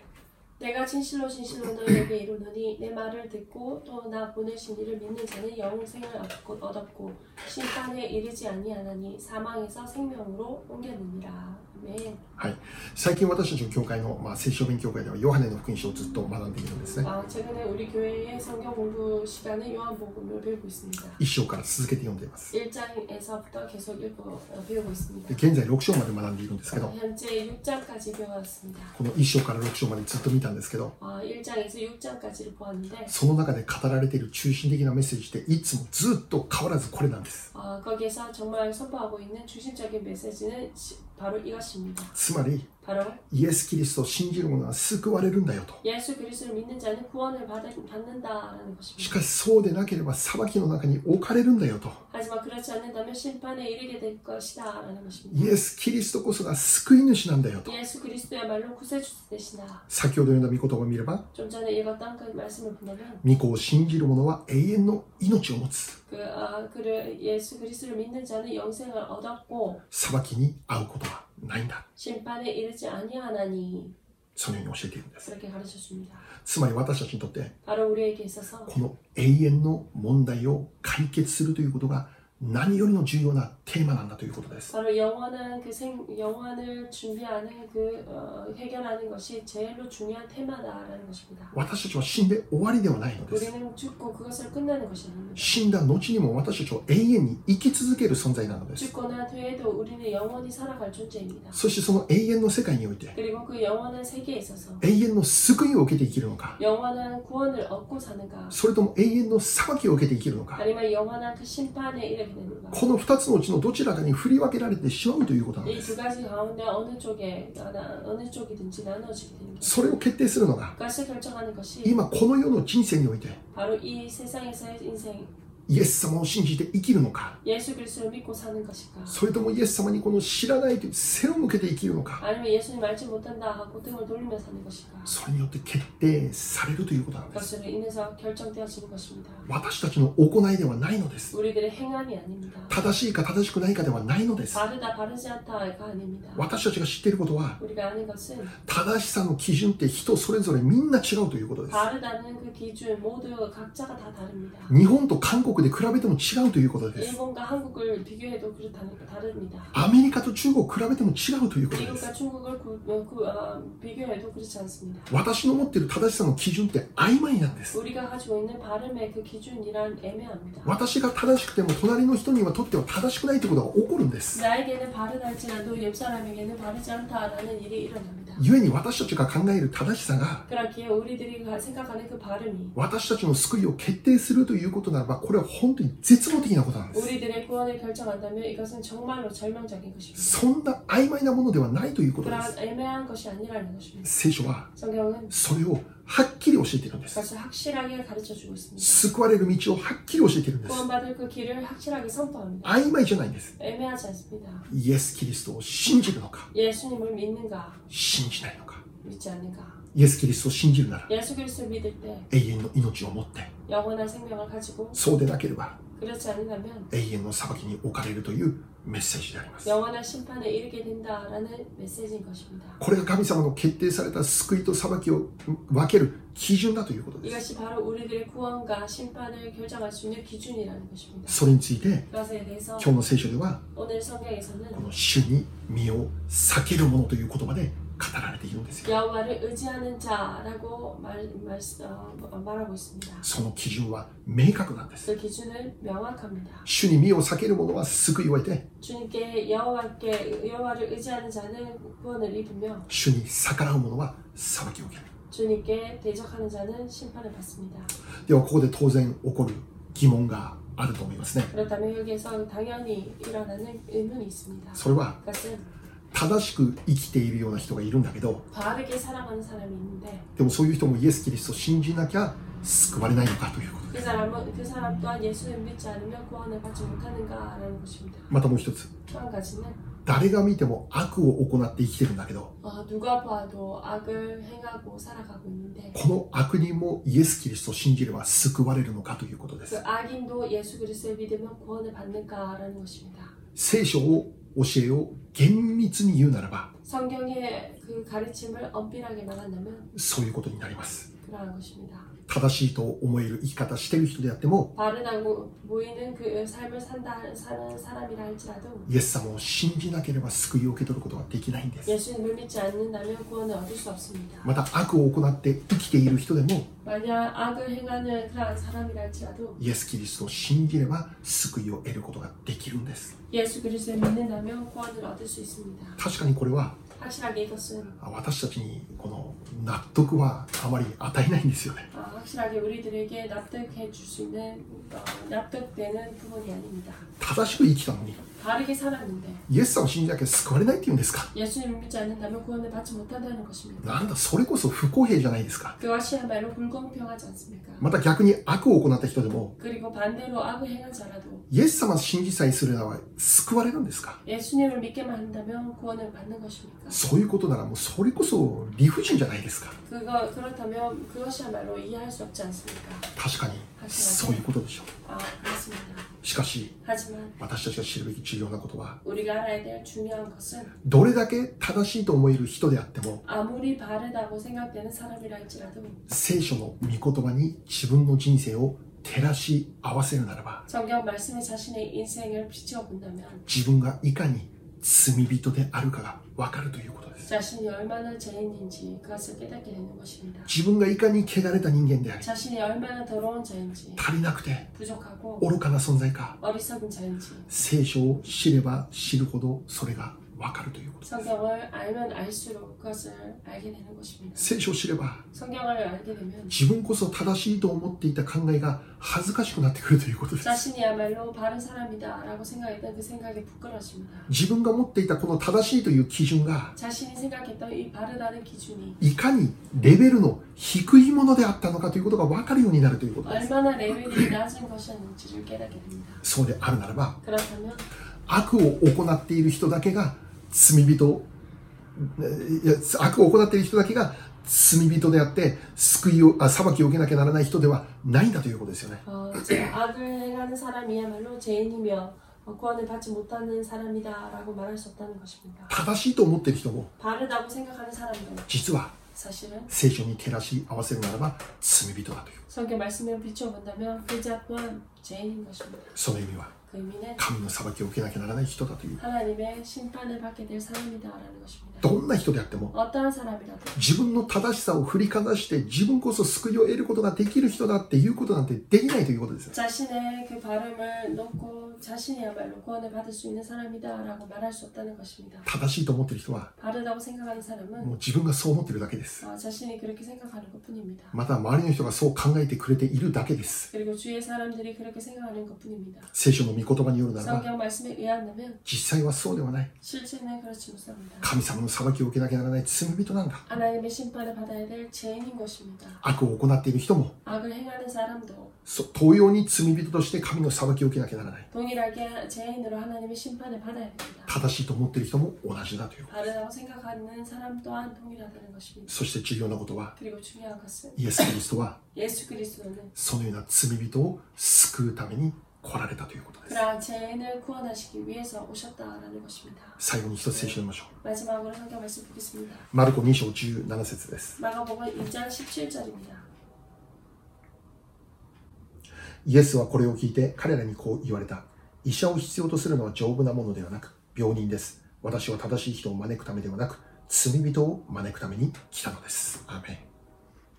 Speaker 1: ン
Speaker 2: 내가 진실로 진실로 너희에게 이르노니 내 말을 듣고 또 나 보내신 이를 믿는 자는 영생을 얻고, 얻었고 심판에 이르지 아니하나니 사망에서 생명으로 옮겼느니라. 아멘.
Speaker 1: はい、最近私たちの教会の、まあ、聖書勉強会ではヨハネの福音書をずっと学んでいるんですね
Speaker 2: 아, 최근에 우리 교회의 성경 공부 시간에 요한복음을 배우고 있습니다.
Speaker 1: 1章から続けて読んでいます
Speaker 2: 1장에서부터 계속 읽고 어, 배우고
Speaker 1: で
Speaker 2: 있습니다.
Speaker 1: 現在6章まで学んでいるんですけど
Speaker 2: 현재 6장까지 배워왔습니다.
Speaker 1: この1章から6章までずっと見たんですけど
Speaker 2: 어, 1장에서 6장까지를 보았는데
Speaker 1: その中で語られている中心的なメッセージっていつもずっと変わらずこれなんです
Speaker 2: 어, 거기에서 정말 선포하고 있는 중심적인 메시지는 시- 바로 이것입니다.
Speaker 1: つまり
Speaker 2: 바로
Speaker 1: イエス・キリストを信じる者は救われるんだよと
Speaker 2: 예수 그리스도를 믿는 자는 구원을 받, 받는다라는
Speaker 1: し
Speaker 2: 것입니다.
Speaker 1: かしそうでなければ裁きの中に置かれるんだよと
Speaker 2: 하지만 그렇지 않는다면 심판에 이르게 될 것이다라는 것입니다.
Speaker 1: イエス・キリストこそが救い主なんだよと
Speaker 2: 예수 그리스도야말로 구세주 되시다.
Speaker 1: 先ほど読んだ御言葉を見れば
Speaker 2: 좀 전에 읽었던 그 말씀을 보면
Speaker 1: 御子を信じる者は永遠の命を持つ
Speaker 2: 그 아, 그를 예수 그리스도를 믿는 자는 영생을 얻었고
Speaker 1: 裁きに遭うことはないんだ
Speaker 2: 심판에 이르지 아니하나니
Speaker 1: そのように教えているんです
Speaker 2: 그렇게 가르쳤습니다.
Speaker 1: つまり私たちにとって
Speaker 2: 바로 우리에게 있어서
Speaker 1: この永遠の問題を解決するということが何よりの重要なテーマなんだということです
Speaker 2: 바로 영원한 그 생, 영원을 준비하는 그 어, 해결하는 것이 제일로 중요한 테마다라는 것입니다.
Speaker 1: 私たちは死んで終わりではないのです
Speaker 2: 우리는 죽고 그것을 끝내는 것이 아닙니다.
Speaker 1: 死んだ後にも私たちは永遠に生き続ける存在なのです
Speaker 2: 죽고 난 뒤에도 우리는 영원히 살아갈 존재입니다.
Speaker 1: そしてその永遠の世界において
Speaker 2: 그리고 그 영원한 세계에 있어서
Speaker 1: 永遠の救いを受けて生きるのか
Speaker 2: 영원한 구원을 얻고 사는가
Speaker 1: それとも永遠の裁きを受けて生きるのか
Speaker 2: 아니면 영원한 그 심판에 이르게 되는가
Speaker 1: この2つのうちのどちらかに振り分けられてしまうということなん
Speaker 2: 이
Speaker 1: です
Speaker 2: 두 가지 가운데 어느 쪽에 나- 어느 쪽이든지 나눠지게 되는 것.
Speaker 1: それを決定するのが
Speaker 2: 그것을 결정하는 것이
Speaker 1: 今この世の人生において
Speaker 2: 바로 이 세상에서의 인생
Speaker 1: イエス様を信じて生きるのか
Speaker 2: 예수 그리스도를 믿고 사는 것일까
Speaker 1: それともイエス様にこの知らないという背を向けて生きるのか
Speaker 2: 아니면 예수님 알지 못한다 하고 등을 돌리며 사는 것일까
Speaker 1: それによって決定されるということなんです
Speaker 2: 그것으로 인해서 결정되어지는 것입니다
Speaker 1: 私たちの行いではないのです
Speaker 2: 우리들의 행함이 아닙니다
Speaker 1: 正しいか正しくないかではないのです
Speaker 2: 바르다 바르지 않다가 아닙니다
Speaker 1: 私たちが知っていることは
Speaker 2: 우리가 아는 것은
Speaker 1: 正しさの基準って人それぞれみんな違うということです
Speaker 2: 바르다는 그 기준 모두 각자가 다 다릅니다
Speaker 1: 日本と韓国で比べても違うということです
Speaker 2: 일본과 한국을 비교해도 그렇다는 다릅니다
Speaker 1: アメリカと中国を比べても違うということです
Speaker 2: 미국과 중국을 구, 어, 구, 아, 비교해도 그렇지 않습니다
Speaker 1: 私の持っている正しさの基準って曖昧なんです
Speaker 2: 우리가 가지고 있는 발음의 그 기준이란 애매합니다
Speaker 1: 私が正しくても隣の人にはとっては正しくないということが起こるんです
Speaker 2: 나에게는 바르달지라도 옆사람에게는 바르지 않다라는 일이 일어납니다
Speaker 1: 故に私たちが考える正しさが
Speaker 2: 그렇기에 우리들이 가- 생각하는 그 발음이
Speaker 1: 私たちの救いを決定するということならばこれは本当に絶望的なことなんです
Speaker 2: 우리들의 구원을 결정한다면 이것은 정말로 절망적인 것입니다.
Speaker 1: そんな曖昧なものではないということで
Speaker 2: 그러한 애매한 것이 아니라는 것입니다.
Speaker 1: す聖書は
Speaker 2: 성경은
Speaker 1: それをはっきり教えているんです。
Speaker 2: 그것을 확실하게 가르쳐 주고 있습니다.
Speaker 1: 救われる道をはっきり教えているんです。
Speaker 2: 구원받을 그 길을 확실하게 선포합니다.
Speaker 1: 曖昧じゃないんです。
Speaker 2: 애매하지 않습니다.
Speaker 1: イエス・キリストを信じるのか、
Speaker 2: 예수님을 믿는가
Speaker 1: 信じないのか。
Speaker 2: 믿지 않는가
Speaker 1: イエス・キリストを信じるなら
Speaker 2: 예수 그리스도 믿을 때
Speaker 1: 永遠の命を持って、
Speaker 2: 영원한 생명을 가지고
Speaker 1: そうでなければ
Speaker 2: 그렇지 않으면
Speaker 1: 永遠の裁きに置かれるというメッセージであります。
Speaker 2: 영원한 심판에 이르게 된다라는 메시지인 것입니다.
Speaker 1: これが神様の決定された救いと裁きを分ける基準だということです。
Speaker 2: 이것이 바로 우리들의 구원과 심판을 결정할 수 있는 기준이라는 것입니다.
Speaker 1: それについて、
Speaker 2: 그것에 대해서
Speaker 1: 今日の聖書では、
Speaker 2: 오늘 성경에서는
Speaker 1: この主に身を避けるものという言葉で語られているんですよ。
Speaker 2: 여호와를 의지하는 자라고 말, 말, 어, 말하고 있습니다.
Speaker 1: その基準は明確なんです。
Speaker 2: 그 기준은 명확합니다.
Speaker 1: 主に身を避ける者は救いを得て
Speaker 2: 주님께 여호와께 여호와를 의지하는 자는 구원을 입으며
Speaker 1: 主に逆らう者は裁きを受ける
Speaker 2: 주님께 대적하는 자는 심판을 받습니다.
Speaker 1: ではここで当然起こる疑問があると思いますね
Speaker 2: 그렇다면 여기에서 당연히 일어나는 의문이 있습니다.
Speaker 1: それは
Speaker 2: 그것은
Speaker 1: 正しく生きているような人がいるんだけど
Speaker 2: 바르게 살아가는 사람이 있는데
Speaker 1: でもそういう人もイエス・キリストを信じなきゃ救われないのかということ
Speaker 2: 그
Speaker 1: で
Speaker 2: 사람은 그 사람 또한 예수를 믿지 않으면 구원을 받지 못하는가라는 것입니다.
Speaker 1: またもう一つ
Speaker 2: 또 한 가지는
Speaker 1: 第誰が見ても悪を行って生きてるんだけど
Speaker 2: 어, 누가 봐도 악을 행하고 살아가고 있는데
Speaker 1: この悪人もイエス・キリストを信じれば救われるのかということで
Speaker 2: 그
Speaker 1: す
Speaker 2: 악인도 예수 그리스도를 믿으면 구원을 받는가라는 것입니다.
Speaker 1: 聖書を教えを厳密に言うならば
Speaker 2: 성경의 그 가르침을 엄밀하게 나간다면
Speaker 1: そういうことになります
Speaker 2: 그러한 것입니다.
Speaker 1: 正しいと思える生き方してる人であっても
Speaker 2: 바르다고 보이는 그 삶을 산다 사는 사람이라 할지라도
Speaker 1: イエス様を信じなければ救いを受け取ることはできないんです
Speaker 2: 예수님을 믿지 않는다면 구원을 얻을 수 없습니다.
Speaker 1: また悪を行って生きている人でも
Speaker 2: 만약 악을 행하는 그러한 사람이라 할지라도
Speaker 1: イエス・キリストを信じれば救いを得ることができるんです
Speaker 2: 예수 그리스도를 믿는다면 구원을 얻을 수 있습니다.
Speaker 1: 確かにこれは
Speaker 2: 확실하게 이것은
Speaker 1: 私たちにこの納得はあまり与えないんですよね
Speaker 2: 아, 확실하게 우리들에게 납득해 줄 수 있는 어, 납득되는 부분이 아닙니다.
Speaker 1: 正しく生きたのに
Speaker 2: 바르게 살았는데
Speaker 1: イエス様を信じなきゃ救われないって言うんですか
Speaker 2: 예수님을 믿지 않는다면 구원을 받지 못한다는 것입니다.
Speaker 1: なんだそれこそ不公平じゃないですか
Speaker 2: 그것이야말로 불공평하지 않습니까?
Speaker 1: また逆に悪を行った人でも
Speaker 2: 그리고 반대로 악을 행한 자라도
Speaker 1: イエス様を信じさえすれば救われるんですか
Speaker 2: 예수님을 믿게만 한다면 구원을 받는 것입니까?
Speaker 1: そういうことならもうそれこそ理不尽じゃないですか
Speaker 2: 그거 그렇다면 그것이야말로 이해할 수 없지 않습니까?
Speaker 1: 確かにそういうことでしょう
Speaker 2: 아 그렇습니다.
Speaker 1: しかし
Speaker 2: 하지만
Speaker 1: 私たちが知るべき重要なことは
Speaker 2: 우리가 알아야 될 중요한 것은
Speaker 1: どれだけ正しいと思える人であっても
Speaker 2: 아무리 바르다고 생각되는 사람이라 할지라도
Speaker 1: 聖書の御言葉に自分の人生を照らし合わせるならば
Speaker 2: 성경 말씀에 자신의 인생을 비추어 본다면
Speaker 1: 自分がいかに罪人であるかが分かるということです
Speaker 2: 자신이 얼마나 죄인인지 그것을 깨닫게 되는 것입니다.
Speaker 1: 自分がいかに汚れた人間であり
Speaker 2: 자신이 얼마나 더러운 자인지
Speaker 1: 足りなくて
Speaker 2: 부족하고
Speaker 1: 愚かな存在か
Speaker 2: 어리석은 자인지
Speaker 1: 聖書を知れば知るほどそれが分かるということ
Speaker 2: 성경을 알면 알수록 그것을 알게 되는 것입니다.
Speaker 1: 聖書を知れば
Speaker 2: 성경을 알게 되면
Speaker 1: 自分こそ正しいと思っていた考えが恥ずかしくなってくるということです
Speaker 2: 자신이야말로 바른 사람이다 라고 생각했던 그 생각이 부끄러집니다.
Speaker 1: 自分が持っていたこの正しいという基準が
Speaker 2: 자신이 생각했던 이 바르다는 기준이
Speaker 1: いかにレベルの低いものであったのかということが分かるようになるということです
Speaker 2: 얼마나 레벨이 낮은 것이었는지를 깨닫게 됩니다.
Speaker 1: そうであるならば
Speaker 2: 그렇다면
Speaker 1: 悪を行っている人だけが罪人いや悪を行っている人だけが罪人であって救いをあ裁きを受けなきゃならない人ではないんだということですよね
Speaker 2: 어, 제 악을 행하는 사람이야말로 죄인이며 어, 구원을 받지 못하는 사람이다 라고 말할 수 없다는 것입니다.
Speaker 1: 正しいと思っている人も
Speaker 2: 바르다고 생각하는 사람도
Speaker 1: 実は
Speaker 2: 사실은
Speaker 1: 聖書に照らし合わせるならば罪人だという
Speaker 2: 성경 말씀을 비춰본다면 그자 또한 죄인인 것입니다.
Speaker 1: その意味は
Speaker 2: 그 의미는
Speaker 1: 神の裁きを受けなきゃならない人だという
Speaker 2: 하나님의 심판을 받게 될 사람이다 라는 것입니다.
Speaker 1: どんな人であっても
Speaker 2: 어떠한 사람이라도
Speaker 1: 自分の正しさを振りかざして自分こそ救いを得ることができる人だっていうことなんてできないということですよ
Speaker 2: 자신의 그 발음을 놓고 자신이야말로 구원을 받을 수 있는 사람이다라고 말할 수 없다는 것입니다.
Speaker 1: 正しいと思っている人は
Speaker 2: 바르다고 생각하는 사람은
Speaker 1: もう自分がそう思っているだけです
Speaker 2: 어, 자신이 그렇게 생각하는 것뿐입니다.
Speaker 1: また周りの人がそう考えてくれているだけです
Speaker 2: 그리고 주위의 사람들이 그렇게 생각하는 것뿐입니다.
Speaker 1: 聖書の御言葉によるならば
Speaker 2: 성경 말씀에 의한다면
Speaker 1: 実際はそうではない
Speaker 2: 실제는 그렇지 못합니다.
Speaker 1: 神様の裁きを受けなきゃならない罪人なんだ
Speaker 2: 하나님의 심판을 받아야 될 죄인인 것입니다.
Speaker 1: 悪を行っている人も
Speaker 2: 악을 행하는 사람도
Speaker 1: そ同様に罪人として神の裁きを受けなきゃならない
Speaker 2: 동일하게 죄인으로 하나님의 심판을 받아야 됩니다.
Speaker 1: 正しいと思っている人も同じだということ
Speaker 2: 바르다고 생각하는 사람 또한 동일하다는 것입니다.
Speaker 1: そして重要なことは
Speaker 2: 그리고 중요한 것은
Speaker 1: イエス・キリストは
Speaker 2: 예수 그리스도는
Speaker 1: そのような罪人を救うために来られたということです
Speaker 2: 그러한 죄인을 구원하시기 위해서 오셨다라는 것입니다.
Speaker 1: 最後に一つ聖書を読みましょ
Speaker 2: 마지막으로 성경 말씀 보겠습니다.
Speaker 1: うマルコ2章17節です
Speaker 2: 마가복음 2장 17절입니다.
Speaker 1: イエスはこれを聞いて彼らにこう言われた。医者を必要とするのは丈夫なものではなく、病人です。私は正しい人を招くためではなく、罪人を招くために来たのです。アーメン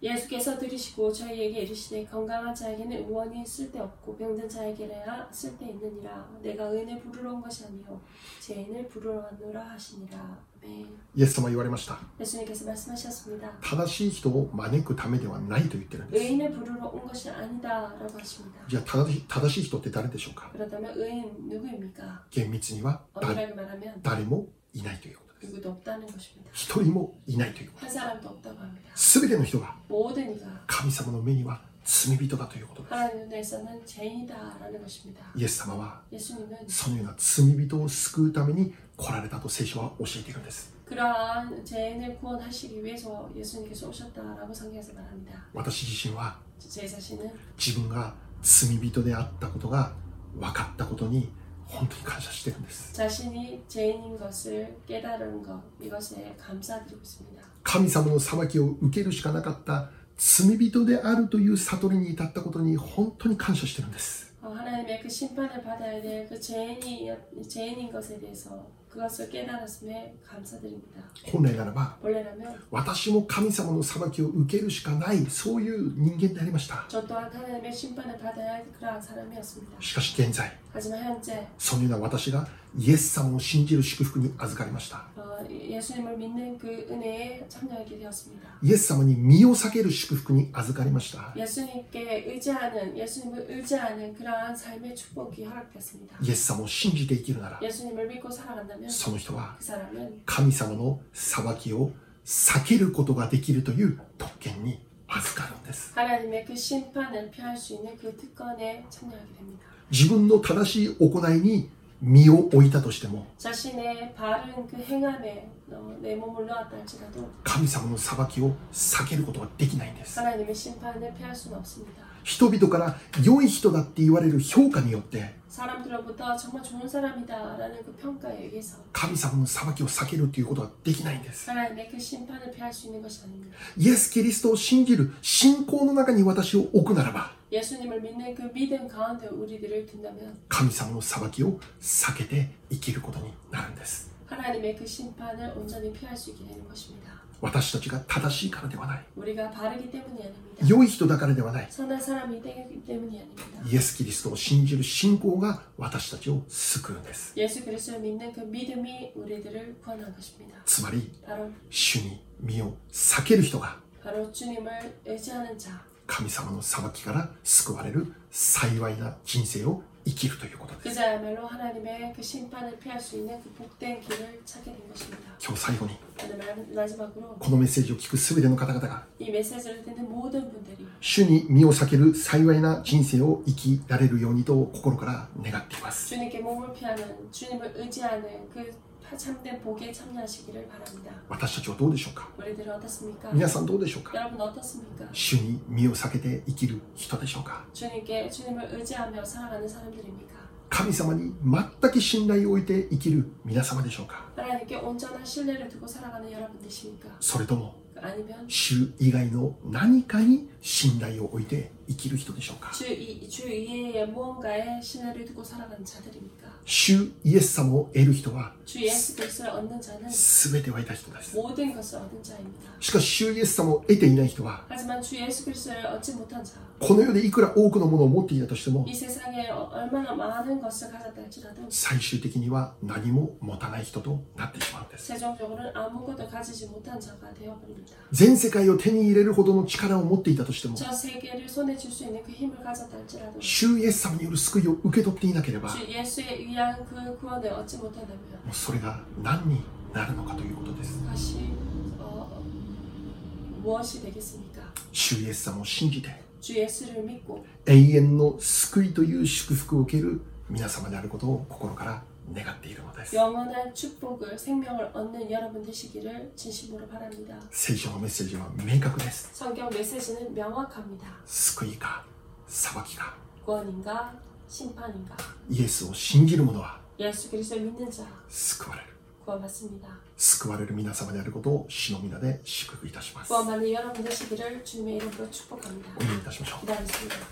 Speaker 2: 예수께서 들으시고 저희에게 이르시되 건강한 자에게는 의원이 쓸데없고 병든 자에게야 쓸데있느니라 내가 의인을 부르러 온 것이 아니요 죄인을 부르러 왔노라 하시니라 아멘
Speaker 1: イエス様は言われました。
Speaker 2: 예수님께서 말씀하셨습니다.
Speaker 1: 正しい人を招くためではないと言ってるんです。
Speaker 2: 의인을 부르러 온 것이 아니다 라고 하십니다.
Speaker 1: じゃあ正し正しい人って誰でしょうか
Speaker 2: 그렇다면 의인 누구입니까?
Speaker 1: 厳密には誰
Speaker 2: 엄밀하게 말하면
Speaker 1: 誰もいないということです。
Speaker 2: 누구도 없다는 것입니다.
Speaker 1: 一人もいないということ
Speaker 2: 한 사람도 없다고 합니다.
Speaker 1: です。べての人が
Speaker 2: 모든 이가
Speaker 1: 神様の目には罪人だということです
Speaker 2: 하나님 눈에서는 죄인이다라는 것입니다.
Speaker 1: イエス様は
Speaker 2: 예수님은
Speaker 1: そのような罪人を救うために来られたと聖書は教えているんです
Speaker 2: 그러한 죄인을 구원하시기 위해서 예수님께서 오셨다라고 성경에서 말합니다.
Speaker 1: 私自身は
Speaker 2: 제 자신은
Speaker 1: 自分が罪人であったことが分かったことに本当に感謝してるんです
Speaker 2: 자신이 죄인인 것을 깨달은 것 이것에 감사드리고 있습니다.
Speaker 1: 神様の裁きを受けるしかなかった罪人であるという悟りに至ったことに本当に感謝してるんです
Speaker 2: 어, 하나님의 그 심판을 받아야 될 그 죄인이 죄인인 것에 대해서 그것을 깨달았음에 감사드립니다.
Speaker 1: 本来ならば
Speaker 2: 원래라면
Speaker 1: 私も神様の裁きを受けるしかないそういう人間でありました
Speaker 2: 저 또한 하나님의 심판을 받아야 할 그러한 사람이었습니다.
Speaker 1: しかし現在
Speaker 2: 하지만 현재
Speaker 1: そのような私がイエス様を信じる祝福に預かりました
Speaker 2: 어, 예수님을 믿는 그 은혜에 참여하게 되었습니다.
Speaker 1: イエス様に身を避ける祝福に預かりました
Speaker 2: 예수님께 의지하는 예수님을 의지하는 그러한 삶의 축복이 허락됐습니다.
Speaker 1: イエス様を信じて生きるなら
Speaker 2: 예수님을 믿고 살아간다면
Speaker 1: その人は
Speaker 2: 그 사람은
Speaker 1: 神様の裁きを避けることができるという特権に預かるんです
Speaker 2: 하나님의 그 심판을 피할 수 있는 그 특권에 참여하게 됩니다.
Speaker 1: 自分の正しい行いに身を置いたとしても
Speaker 2: 자신의 바른 그 행함에 어, 내 몸을 놓았다 할지라도
Speaker 1: 神様の裁きを避けることはできないんです
Speaker 2: 하나님의 심판을 피할 수는 없습니다.
Speaker 1: 人々から良い人だって言われる評価によって
Speaker 2: 사람들로부터 정말 좋은 사람이다라는 그 평가에 의해서
Speaker 1: 神様の裁きを避けるということはできないんです
Speaker 2: 하나님의 그 심판을 피할 수 있는 것이 아닙니다.
Speaker 1: イエス・キリストを信じる信仰の中に私を置くならば
Speaker 2: 예수님을 믿는 그 믿음 가운데 우리들을 둔다면
Speaker 1: 神様の裁きを避けて生きることになるんです
Speaker 2: 하나님의 그 심판을 온전히 피할 수 있게 되는 것입니다.
Speaker 1: 私たちが正しいからではない
Speaker 2: 우리가 바르기 때문이 아닙니다.
Speaker 1: 良い人だからではない
Speaker 2: 선한 사람이 되기 때문이 아닙니다.
Speaker 1: イエス・キリストを信じる信仰が私たちを救うんです
Speaker 2: 예수 그리스도를 믿는 그 믿음이 우리들을 구원한 것입니다.
Speaker 1: つまり
Speaker 2: 바로
Speaker 1: 主に身を避ける人が
Speaker 2: 바로 주님을 의지하는 자,
Speaker 1: 神様の裁きから救われる幸いな人生を生きるということです
Speaker 2: 그자야말로 하나님의 그 심판을 피할 수 있는 그 복된 길을 찾게 된 것입니다.
Speaker 1: 今日最後に
Speaker 2: 오늘 마- 마지막으로
Speaker 1: このメッセージを聞く全ての方々が
Speaker 2: 이 메시지를 듣는 모든 분들이
Speaker 1: 主に身を避ける幸いな人生を生きられるようにと心から願っています
Speaker 2: 주님께 몸을 피하는 주님을 의지하는 그 참된 복에 참여하시기를 바랍니다.
Speaker 1: 私たちはどうでしょうか
Speaker 2: 우리들은 어떻습니까?
Speaker 1: 皆さんどうでしょうか
Speaker 2: 여러분 어떻습니까?
Speaker 1: 主に身を避けて生きる人でしょうか
Speaker 2: 주님께 주님을 의지하며 살아가는 사람들입니까?
Speaker 1: 神様に全く信頼を置いて生きる皆様でしょうか
Speaker 2: 하나님께 온전한 신뢰를 두고 살아가는 여러분이십니까?
Speaker 1: それとも
Speaker 2: 아니면
Speaker 1: 主以外の何かに信頼を置いて生きる人でしょうか
Speaker 2: 주, 이, 주 이외의 무언가에 신뢰를 두고 살아가는 자들입니까?
Speaker 1: 主イエス様を得る人は
Speaker 2: 주 예수 그리스도를 얻는 자는
Speaker 1: 全てを得た人です。
Speaker 2: 모든 것을 얻은 자입니다.
Speaker 1: しかし、主イエス様を得ていない人は、
Speaker 2: 하지만 주 예수 그리스도를 얻지 못한 자,
Speaker 1: この世でいくら多くのものを持っていたとしても
Speaker 2: 이 、 세상에 어- 얼마나 많은 것을 가졌다 할지라도
Speaker 1: 最終的には何も持たない人となってしまうんです。
Speaker 2: 최종적으로는 아무것도 가지지 못한 자가 되어버립니다.
Speaker 1: 全世界を手に入れるほどの力を持っていたとしても、
Speaker 2: 저 세계를 손에 쥘 수 있는 그 힘을 가졌다 할지라도
Speaker 1: 主イエス様による救いを受け取っていなければ、も
Speaker 2: 주 예수에 의한 그 구원을 얻지 못한다면
Speaker 1: うそれが何になるのかということです。
Speaker 2: 다시 어, 무엇이 되겠습니까?
Speaker 1: 主イエス様を信じて、
Speaker 2: 주 예수를 믿고
Speaker 1: 永遠の救いという祝福を受ける皆様であることを心から願っているのです。
Speaker 2: 영원한 축복을 생명을 얻는 여러분 되시기를 진심으로 바랍니다.
Speaker 1: 聖書のメッセージは明確です。
Speaker 2: 성경 메시지는 명확합니다.
Speaker 1: 救いか裁きか
Speaker 2: 구원인가 심판인가
Speaker 1: イエスを信じる者は
Speaker 2: 예수 그리스도를 믿는 자
Speaker 1: 救われる
Speaker 2: 구원받습니다.
Speaker 1: 救われる皆様であることを主の皆で祝福いたしますお祈
Speaker 2: 구원받는 여러분 되시기를 주님의 이름으로 축복합니다.
Speaker 1: りいたしましょう
Speaker 2: 기도하겠습니다.